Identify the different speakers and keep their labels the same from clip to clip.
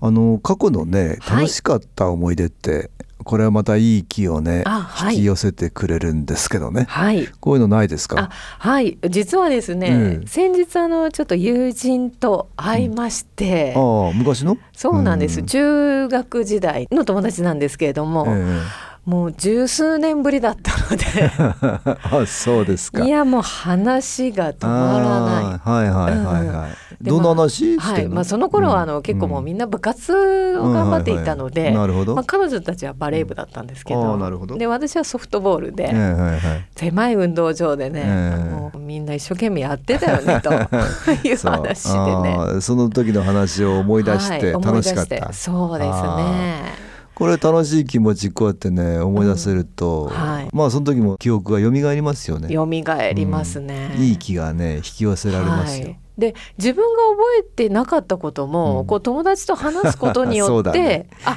Speaker 1: あの過去のね
Speaker 2: はい
Speaker 1: 楽しかった思い出って、これはまたいい気をね、
Speaker 2: あは
Speaker 1: 引
Speaker 2: い
Speaker 1: き寄せてくれるんですけどね
Speaker 2: はい。
Speaker 1: こういうのないですか
Speaker 2: あ、はい、実はですね、
Speaker 1: ええ
Speaker 2: 先日あのちょっと友人と会いまして、
Speaker 1: ああ昔の
Speaker 2: そうなんです、
Speaker 1: うん
Speaker 2: 中学時代の友達なんですけれども、
Speaker 1: え
Speaker 2: もう十数年ぶりだったの
Speaker 1: えあそうですか
Speaker 2: で、いやもう話が止まらない。
Speaker 1: ああはいはいはいはい、
Speaker 2: で
Speaker 1: どんな話し
Speaker 2: はい、
Speaker 1: てんの、
Speaker 2: まあその頃はあの、
Speaker 1: うん
Speaker 2: 結構もうみんな部活を頑張っていたの
Speaker 1: うん
Speaker 2: で、
Speaker 1: はいはいはいなるほど、
Speaker 2: まあ彼女たちはバレー部だったんですけ
Speaker 1: うんあ
Speaker 2: ど、
Speaker 1: ーなるほど
Speaker 2: で私はソフトボールで、
Speaker 1: ええはいはい
Speaker 2: 狭い運動場でね、
Speaker 1: ええ
Speaker 2: もうみんな一生懸命やってたよねという
Speaker 1: そう
Speaker 2: 話でね。
Speaker 1: あーその時の話を思い出して
Speaker 2: はい思い
Speaker 1: 楽
Speaker 2: 出
Speaker 1: しかっ
Speaker 2: して
Speaker 1: た、
Speaker 2: そうですね。
Speaker 1: これ楽しい気持ちこうやってね思い出せる
Speaker 2: うん
Speaker 1: と、
Speaker 2: はい
Speaker 1: まあその時も記憶が蘇りますよね
Speaker 2: 蘇りますね。
Speaker 1: いい気がね引き寄せられますよ、
Speaker 2: はいで自分が覚えてなかったことも、
Speaker 1: うん
Speaker 2: こう友達と話すことに
Speaker 1: そ
Speaker 2: よ
Speaker 1: う
Speaker 2: って、
Speaker 1: だね
Speaker 2: あ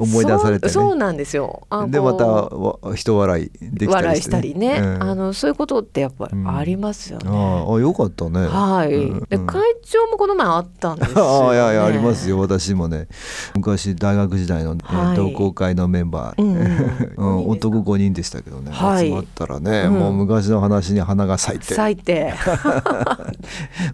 Speaker 1: 思い出されてね
Speaker 2: そうそうなんですよ。あ
Speaker 1: で
Speaker 2: こ
Speaker 1: ま
Speaker 2: う
Speaker 1: たわ人笑いできた
Speaker 2: 笑
Speaker 1: り
Speaker 2: い
Speaker 1: し、
Speaker 2: してたりね、
Speaker 1: うん
Speaker 2: あのそういうことってやっぱりありますよね。
Speaker 1: あーあよかったね
Speaker 2: はい、
Speaker 1: うん
Speaker 2: で
Speaker 1: うん
Speaker 2: 会長もこの前あったんですよ、ね。
Speaker 1: ああいやいやあります よ私もね昔大学時代の、えー
Speaker 2: はい
Speaker 1: 同好会のメンバー、
Speaker 2: うんうん
Speaker 1: うん男5人でしたけどね、
Speaker 2: はい
Speaker 1: 集まったらね、
Speaker 2: うん
Speaker 1: もう昔の話に花が咲いて
Speaker 2: 咲いて、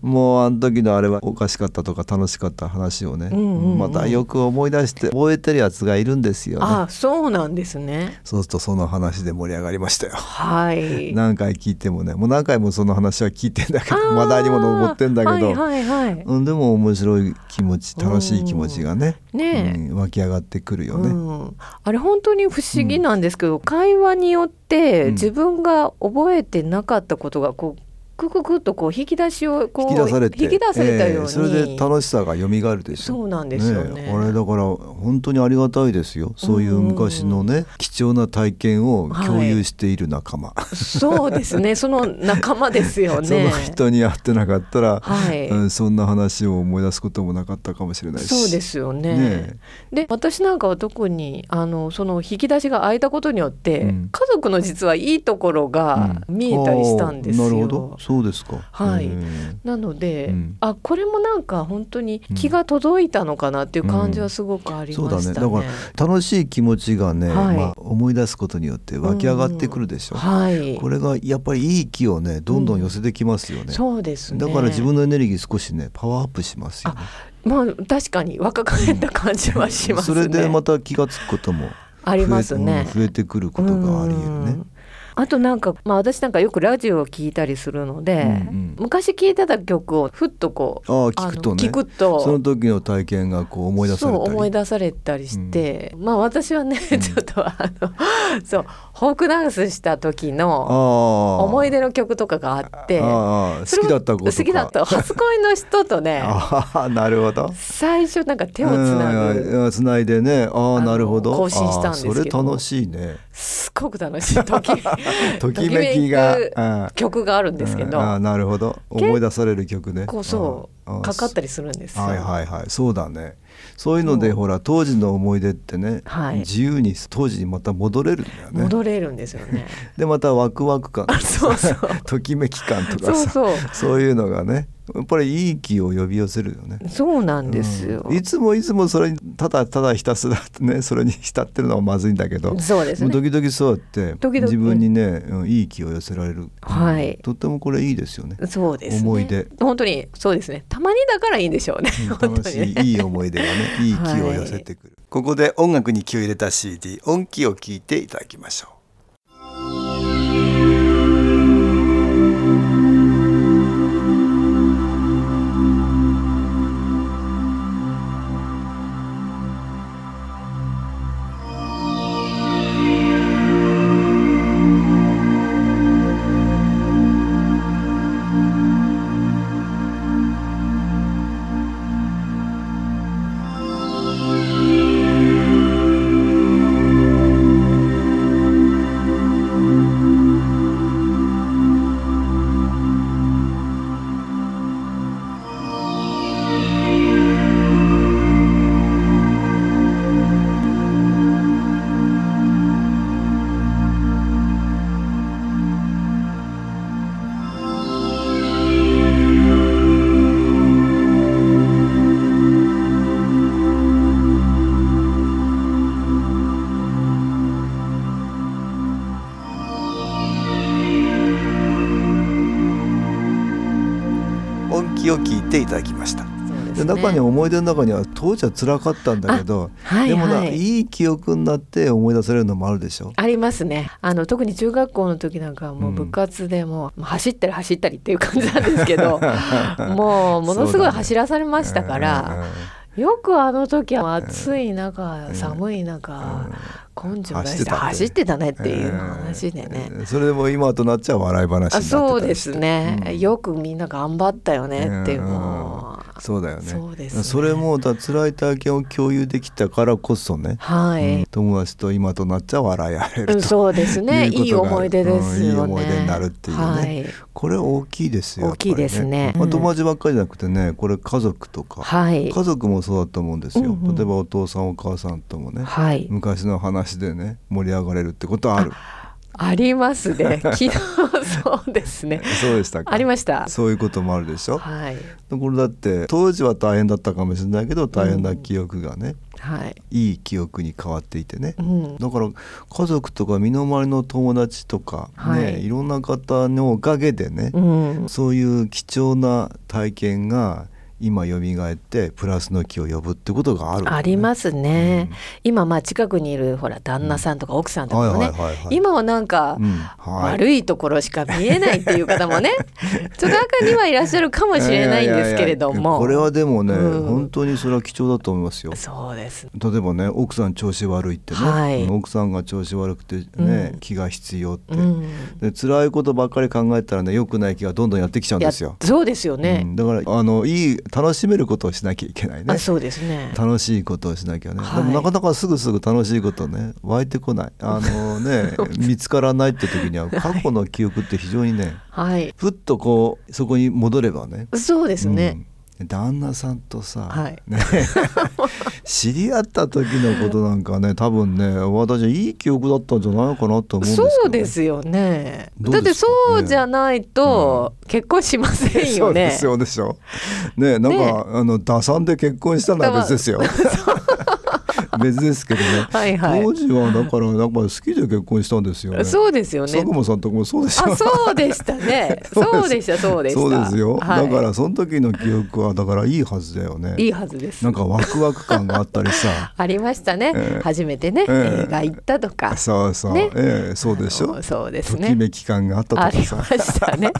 Speaker 1: もうあの時のあれはおかしかったとか楽しかった話をね、
Speaker 2: うんうんうん
Speaker 1: またよく思い出して覚えてるやつがいるんですよね
Speaker 2: あ、そうなんですね。
Speaker 1: そうするとその話で盛り上がりましたよ
Speaker 2: はい。
Speaker 1: 何回聞いてもねもう何回もその話は聞いてんだけ
Speaker 2: あ
Speaker 1: ど
Speaker 2: ー
Speaker 1: 話題にも上ってんだけ
Speaker 2: は
Speaker 1: ど、
Speaker 2: いはいはい。
Speaker 1: うん、でも面白い気持ち楽しい気持ちがね
Speaker 2: ねえ
Speaker 1: うん、湧き上がってくるよ
Speaker 2: う
Speaker 1: ね、
Speaker 2: ん、あれ本当に不思議なんですけど、会話によっ
Speaker 1: う
Speaker 2: て
Speaker 1: ん
Speaker 2: 自分が覚えてなかったことがこうクククッとこう引き出しをこう
Speaker 1: 引き出されて
Speaker 2: 引き出されたように、
Speaker 1: ええそれで楽しさが蘇るでしょ
Speaker 2: そうなんですよね
Speaker 1: えあれだから本当にありがたいですよそういう昔のね、貴重な体験を共有している仲間、
Speaker 2: そうですねその仲間ですよね
Speaker 1: その人に会ってなかったら、
Speaker 2: はい、
Speaker 1: うん、そんな話を思い出すこともなかったかもしれないし
Speaker 2: そうですよね
Speaker 1: ね
Speaker 2: で私なんかは特にあのその引き出しが開いたことによって、
Speaker 1: うん
Speaker 2: 家族の実はいいところが
Speaker 1: うん
Speaker 2: 見えたりしたんですよ、
Speaker 1: ああなるほどそうですか
Speaker 2: はい
Speaker 1: ええ
Speaker 2: なので、
Speaker 1: うん
Speaker 2: あこれもなんか本当に気が届いたのかなっていう感じはすごくあり
Speaker 1: そう
Speaker 2: ま
Speaker 1: だ
Speaker 2: し
Speaker 1: ねだ
Speaker 2: た
Speaker 1: か
Speaker 2: ね。
Speaker 1: ら楽しい気持ちがね、
Speaker 2: はい
Speaker 1: まあ、思い出すことによって湧き上がってくるでしょ、
Speaker 2: はい、
Speaker 1: これがやっぱりいい気をねどんどん寄せてきますよね、
Speaker 2: そうですね。
Speaker 1: だから自分のエネルギー少しねパワーアップしますよね
Speaker 2: まあ確かに若返った感じはしますね。
Speaker 1: それでまた気がつくことも増
Speaker 2: あ
Speaker 1: え
Speaker 2: りますね。
Speaker 1: うん増えてくることがありえる
Speaker 2: う
Speaker 1: ね
Speaker 2: ん。あとなんか、まあ、私なんかよくラジオを聞いたりするので、
Speaker 1: うんうん
Speaker 2: 昔聞いてた曲をふっとこう
Speaker 1: ああ聞くとね
Speaker 2: あの聞くと
Speaker 1: その時の体験がこう思い出されたり
Speaker 2: そう思い出されたりして、まあ私はね、ちょっとあの そうフォークダンスした時の
Speaker 1: 思
Speaker 2: 思い出の曲とかがあって
Speaker 1: ああ
Speaker 2: それ
Speaker 1: 好
Speaker 2: も
Speaker 1: きだったことか
Speaker 2: 好きだ った初恋の人とね
Speaker 1: ああなるほど
Speaker 2: 最初なんか手をつな
Speaker 1: うんうん
Speaker 2: ぐ
Speaker 1: うんつないでねああ
Speaker 2: あの
Speaker 1: なるほど
Speaker 2: 更新したんですけど
Speaker 1: ああそれ楽しいね
Speaker 2: すっごく楽しい時
Speaker 1: ときめきが
Speaker 2: ときめく
Speaker 1: ああ
Speaker 2: 曲があるんですけど、
Speaker 1: うんああなるほど思い出される曲ね
Speaker 2: こうそうかかったりするんですよ。
Speaker 1: はいはいはいそうだねそういうので
Speaker 2: そう
Speaker 1: ほら当時の思い出ってね、
Speaker 2: はい
Speaker 1: 自由に当時にまた戻れるんだよね
Speaker 2: 戻れるんですよ ね。
Speaker 1: でまたワクワク感とかさ
Speaker 2: そうそう
Speaker 1: ときめき感と
Speaker 2: そ
Speaker 1: か
Speaker 2: う
Speaker 1: さそう
Speaker 2: そう。
Speaker 1: いうのがねやっぱりいい気を呼び寄せるよね。
Speaker 2: そうなんですよ。
Speaker 1: うんいつもいつもそれにただただひたすらねそれに浸ってるのはまずいんだけど、
Speaker 2: そうです
Speaker 1: もう
Speaker 2: ね。
Speaker 1: 時々そうやって
Speaker 2: 時々
Speaker 1: 自分にね、うんいい気を寄せられる、
Speaker 2: はい
Speaker 1: とってもこれいいですよね。
Speaker 2: そうです、ね。
Speaker 1: 思い出。
Speaker 2: 本当にそうですね。たまにだからいいんでしょうね。本
Speaker 1: 楽
Speaker 2: 当
Speaker 1: し
Speaker 2: に
Speaker 1: い、
Speaker 2: ね。
Speaker 1: いい思い出がね、いい気を寄せてくる。ここで音楽に気を入れた CD、音気を聞いていただきましょう。きを聞いていただきました。
Speaker 2: そうで
Speaker 1: です
Speaker 2: ね
Speaker 1: 中には思い出の中には当時は辛かったんだけど、
Speaker 2: はい
Speaker 1: でもな、、
Speaker 2: はいい
Speaker 1: い記憶になって思い出されるのもあるでしょ。
Speaker 2: ありますねあの特に中学校の時なんかはもううん部活でもう、まあ走ったり走ったりっていう感じなんですけ どもうものすごい
Speaker 1: そうだね
Speaker 2: 走らされましたから、よくあの時は暑い中、
Speaker 1: うん
Speaker 2: 寒い中、根性出
Speaker 1: 走っ
Speaker 2: してて
Speaker 1: たって
Speaker 2: 走ってたねって
Speaker 1: うんうん
Speaker 2: いう話でね、
Speaker 1: うんそれでも今となっちゃ笑い話になってた
Speaker 2: あ
Speaker 1: りして
Speaker 2: そうですね、
Speaker 1: うん
Speaker 2: よくみんな頑張ったよねっていう
Speaker 1: うん
Speaker 2: のを
Speaker 1: そうだよね
Speaker 2: そうですね
Speaker 1: それもだから辛い体験を共有できたからこそね、
Speaker 2: はい、
Speaker 1: うん友達と今となっちゃ笑い合えると、
Speaker 2: うんそうですね
Speaker 1: いうことが
Speaker 2: いい思い出ですよね、
Speaker 1: うんいい思い出になるっていうね
Speaker 2: はい
Speaker 1: これ大きいですよ
Speaker 2: 大きいですね
Speaker 1: やっぱり
Speaker 2: うん
Speaker 1: まあ、友達ばっかりじゃなくてねこれ家族とか、
Speaker 2: はい
Speaker 1: 家族もそうだと思うんですよ、
Speaker 2: うんうん
Speaker 1: 例えばお父さんお母さんともね、
Speaker 2: はい
Speaker 1: 昔の話でね盛り上がれるってことはある
Speaker 2: あります ね昨日そうですね
Speaker 1: そうでしたか
Speaker 2: ありました
Speaker 1: そういうこともあるでしょ、
Speaker 2: はい
Speaker 1: ところだって当時は大変だったかもしれないけど大変な記憶がね、
Speaker 2: はい
Speaker 1: いい記憶に変わっていてね、
Speaker 2: うん
Speaker 1: だから家族とか身の回りの友達とか、
Speaker 2: は
Speaker 1: ね
Speaker 2: い
Speaker 1: いろんな方のおかげでね、
Speaker 2: うん
Speaker 1: そういう貴重な体験が今蘇ってプラスの気を呼ぶってことがある、
Speaker 2: ありますすね、
Speaker 1: うん
Speaker 2: 今まあ近くにいるほら旦那さんとか奥さんとかもね、
Speaker 1: はいはいはいはい
Speaker 2: 今はなんか、
Speaker 1: うんはい
Speaker 2: 悪いところしか見えないっていう方 もねちょっと中にはいらっしゃるかもしれないんですけれども
Speaker 1: いやいやいやこれはでもね、
Speaker 2: うん
Speaker 1: 本当にそれは貴重だと思いますよ
Speaker 2: そうです
Speaker 1: 例えばね奥さん調子悪いってね、
Speaker 2: はい
Speaker 1: 奥さんが調子悪くてね、
Speaker 2: うん
Speaker 1: 気が必要って、
Speaker 2: うん
Speaker 1: で辛いことばっかり考えたらね良くない気がどんどんやってきちゃうんですよ、
Speaker 2: いやそうですよ
Speaker 1: う
Speaker 2: ね、
Speaker 1: んだからあのいい楽しめることをしなきゃいけないね
Speaker 2: あそうですね
Speaker 1: 楽しいことをしなきゃね、
Speaker 2: はい
Speaker 1: でもなかなかすぐすぐ楽しいことね湧いてこないあ のね見つからないって時には過去の記憶って非常にね
Speaker 2: はい
Speaker 1: ふっとこうそこに戻ればね
Speaker 2: そうですね、
Speaker 1: うん旦那さんとさ、
Speaker 2: はい
Speaker 1: ね知り合った時のことなんかね多分ね私はいい記憶だったんじゃないかなと思うんですけどね、
Speaker 2: そうですよね
Speaker 1: どう
Speaker 2: だっ
Speaker 1: で
Speaker 2: て
Speaker 1: すか
Speaker 2: そうじゃないと結婚しませんよね、
Speaker 1: そうですよでしょ。ねえなんか、
Speaker 2: ねえ
Speaker 1: あの打算で結婚したのは別ですよ。 別ですけどね。
Speaker 2: はいはい
Speaker 1: 当時はだからなんか好きで結婚したんですよね。
Speaker 2: そうですよね
Speaker 1: 佐久間さんとかもそうでしょ。
Speaker 2: あそうでしたねそうでしたそうでした
Speaker 1: そうですよ。
Speaker 2: はい
Speaker 1: だからその時の記憶はだからいいはずだよね。
Speaker 2: いいはずです。
Speaker 1: なんかワクワク感があったりさ
Speaker 2: ありましたね、
Speaker 1: えー
Speaker 2: 初めてね、
Speaker 1: えー
Speaker 2: 映画行ったとか
Speaker 1: そうそう。
Speaker 2: ね
Speaker 1: ええそうでし
Speaker 2: あ
Speaker 1: ょ
Speaker 2: の。そうです
Speaker 1: と
Speaker 2: ね
Speaker 1: きめき感があったと
Speaker 2: あ
Speaker 1: か
Speaker 2: りま
Speaker 1: さ。
Speaker 2: したね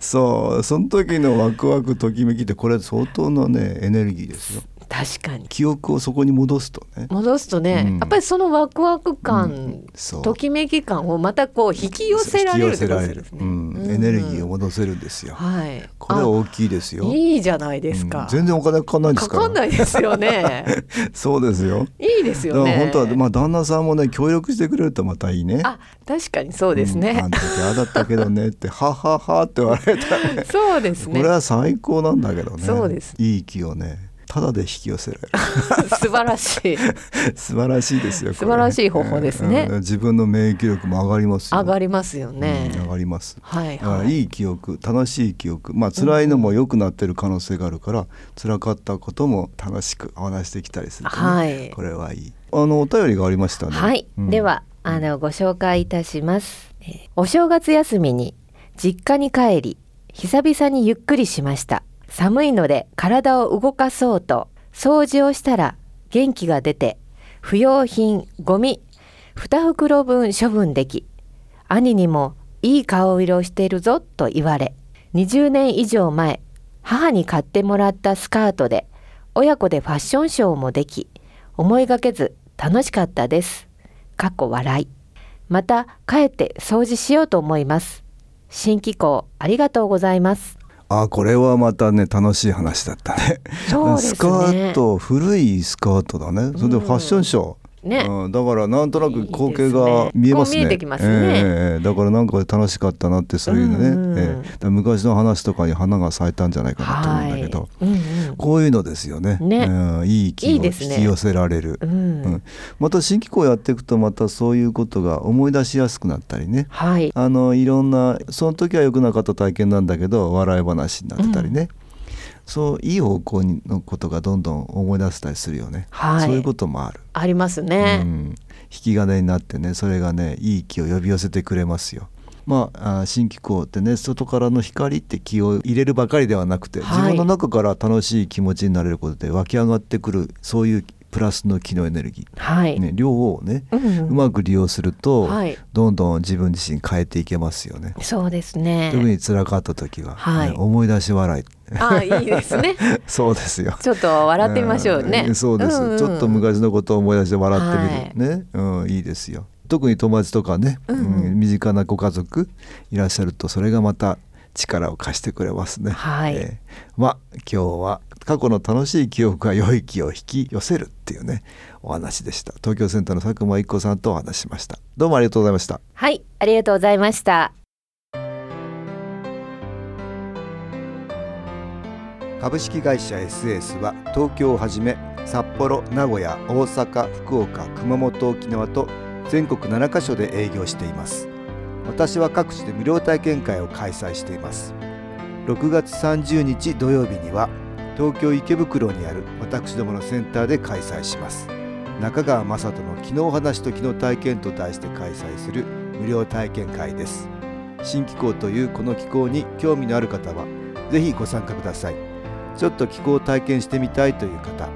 Speaker 1: そう、その時のワクワクときめきってこれ相当のねエネルギーですよ。
Speaker 2: 確かに
Speaker 1: 記憶をそこに戻すとね。
Speaker 2: 戻すとね、
Speaker 1: うん
Speaker 2: やっぱりそのワクワク感、
Speaker 1: うんそう
Speaker 2: ときめき感をまたこう引き寄せられるってことですね、
Speaker 1: うんエネルギーを戻せるんですよ。
Speaker 2: はい
Speaker 1: これは大きいです
Speaker 2: あ
Speaker 1: よ。
Speaker 2: いいじゃないです
Speaker 1: う
Speaker 2: か
Speaker 1: ん、全然お金かかんないんです
Speaker 2: か
Speaker 1: か
Speaker 2: か
Speaker 1: ら。
Speaker 2: んないですよ ね
Speaker 1: そうですよ。
Speaker 2: いいですよね
Speaker 1: だから本当はまあ旦那さんもね協力してくれるとまたいいね。
Speaker 2: あ確かにそうです
Speaker 1: うん
Speaker 2: ね
Speaker 1: あ、の時ああだったけどねってはははって笑えたらね。
Speaker 2: そうです
Speaker 1: こ
Speaker 2: ね
Speaker 1: れは最高なんだけどね。
Speaker 2: そうです
Speaker 1: いい気をね。ただで引き寄せる
Speaker 2: 素晴らしい
Speaker 1: 素晴らしいですよこれ
Speaker 2: 素晴らしい方法ですね
Speaker 1: うんうん自分の免疫力も上がりますよ
Speaker 2: 上がりますよね、
Speaker 1: うん上がります
Speaker 2: はい
Speaker 1: だから
Speaker 2: はい
Speaker 1: いい記憶楽しい記憶まあ辛いのも良くなってる可能性があるから、辛かったことも楽しくお話してきたりするとね、
Speaker 2: はい
Speaker 1: これはいいあのお便りがありましたね
Speaker 3: はい、
Speaker 1: うん
Speaker 3: ではあのご紹介いたします、えーお正月休みに実家に帰り久々にゆっくりしました寒いので体を動かそうと掃除をしたら元気が出て不用品ゴミ2袋分処分でき兄にもいい顔色をしているぞと言われ20年以上前母に買ってもらったスカートで親子でファッションショーもでき思いがけず楽しかったですかっこ笑いまた帰って掃除しようと思います新機構ありがとうございます
Speaker 1: あこれはまたね楽しい話だったね
Speaker 3: そうですね
Speaker 1: スカート古いスカートだねそれでファッションショー、
Speaker 3: ね
Speaker 1: うん、だからなんとなく光景が
Speaker 3: いいですね
Speaker 1: 見えますね
Speaker 3: こう見えてきますね
Speaker 1: ええええだからなんか楽しかったなってそういうのね、
Speaker 3: うんうん
Speaker 1: ええだから昔の話とかに花が咲いたんじゃないかなと思うんだけど、
Speaker 3: うんうん
Speaker 1: こういうのですよね。
Speaker 3: ね
Speaker 1: うん、いい気を
Speaker 3: い
Speaker 1: 引
Speaker 3: いですね
Speaker 1: き寄せられる。
Speaker 3: うん
Speaker 1: うんまた新機構やっていくとまたそういうことが思い出しやすくなったりね。
Speaker 3: はい
Speaker 1: あのいろんなその時は良くなかった体験なんだけど笑い話になってたりね。そういい方向にのことがどんどん思い出せたりするよね。
Speaker 3: はい
Speaker 1: そういうこともある。
Speaker 2: あります
Speaker 1: う
Speaker 2: ね、
Speaker 1: ん、引き金になってねそれがねいい気を呼び寄せてくれますよ。まあ、あー新機構ってね外からの光って気を入れるばかりではなくて、
Speaker 2: はい
Speaker 1: 自分の中から楽しい気持ちになれることで湧き上がってくるそういうプラスの機能エネルギ
Speaker 2: はい
Speaker 1: ー、ね、両方をね、
Speaker 3: うんう
Speaker 1: うんまく利用すると、
Speaker 2: はい
Speaker 1: どんどん自分自身変えていけますよね。
Speaker 3: そうですね
Speaker 1: 特に辛かった時は、
Speaker 2: はい
Speaker 1: ね思い出し笑い
Speaker 2: ああいいですね
Speaker 1: そうですよ。
Speaker 2: ちょっと笑ってみましょうね、
Speaker 1: んそうです、
Speaker 2: んん
Speaker 1: ちょっと昔のことを思い出して笑ってみる、ね、うん、いいですよ特に友達とかね、
Speaker 2: うんうん
Speaker 1: 身近なご家族いらっしゃるとそれがまた力を貸してくれますね、
Speaker 3: はい
Speaker 1: えーまあ今日は過去の楽しい記憶が良い気を引き寄せるっていうねお話でした東京センターの佐久間一子さんとお話ししましたどうもありがとうございました
Speaker 3: はいありがとうございました
Speaker 1: 株式会社 SS は東京をはじめ札幌名古屋大阪福岡熊本沖縄と全国7カ所で営業しています私は各地で無料体験会を開催しています6月30日土曜日には東京池袋にある私どものセンターで開催します中川雅人の「昨日話と昨日体験」と題して開催する無料体験会です新機構というこの機構に興味のある方はぜひご参加くださいちょっと気候を体験してみたいという方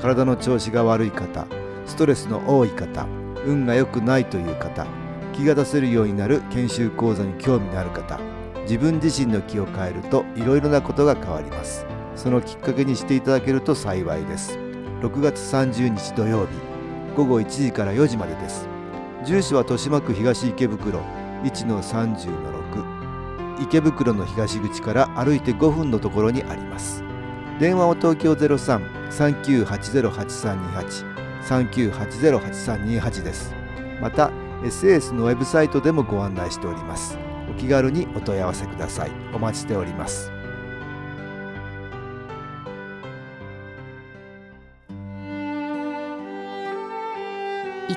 Speaker 1: 体の調子が悪い方ストレスの多い方運が良くないという方気が出せるようになる研修講座に興味のある方自分自身の気を変えるといろいろなことが変わりますそのきっかけにしていただけると幸いです6月30日土曜日午後1時から4時までです住所は豊島区東池袋1-30-6池袋の東口から歩いて5分のところにあります電話は東京ゼロ三三九八ゼロ八三二八三九八ゼロ八三二八です。また SS のウェブサイトでもご案内しております。お気軽にお問い合わせください。お待ちしております。
Speaker 4: い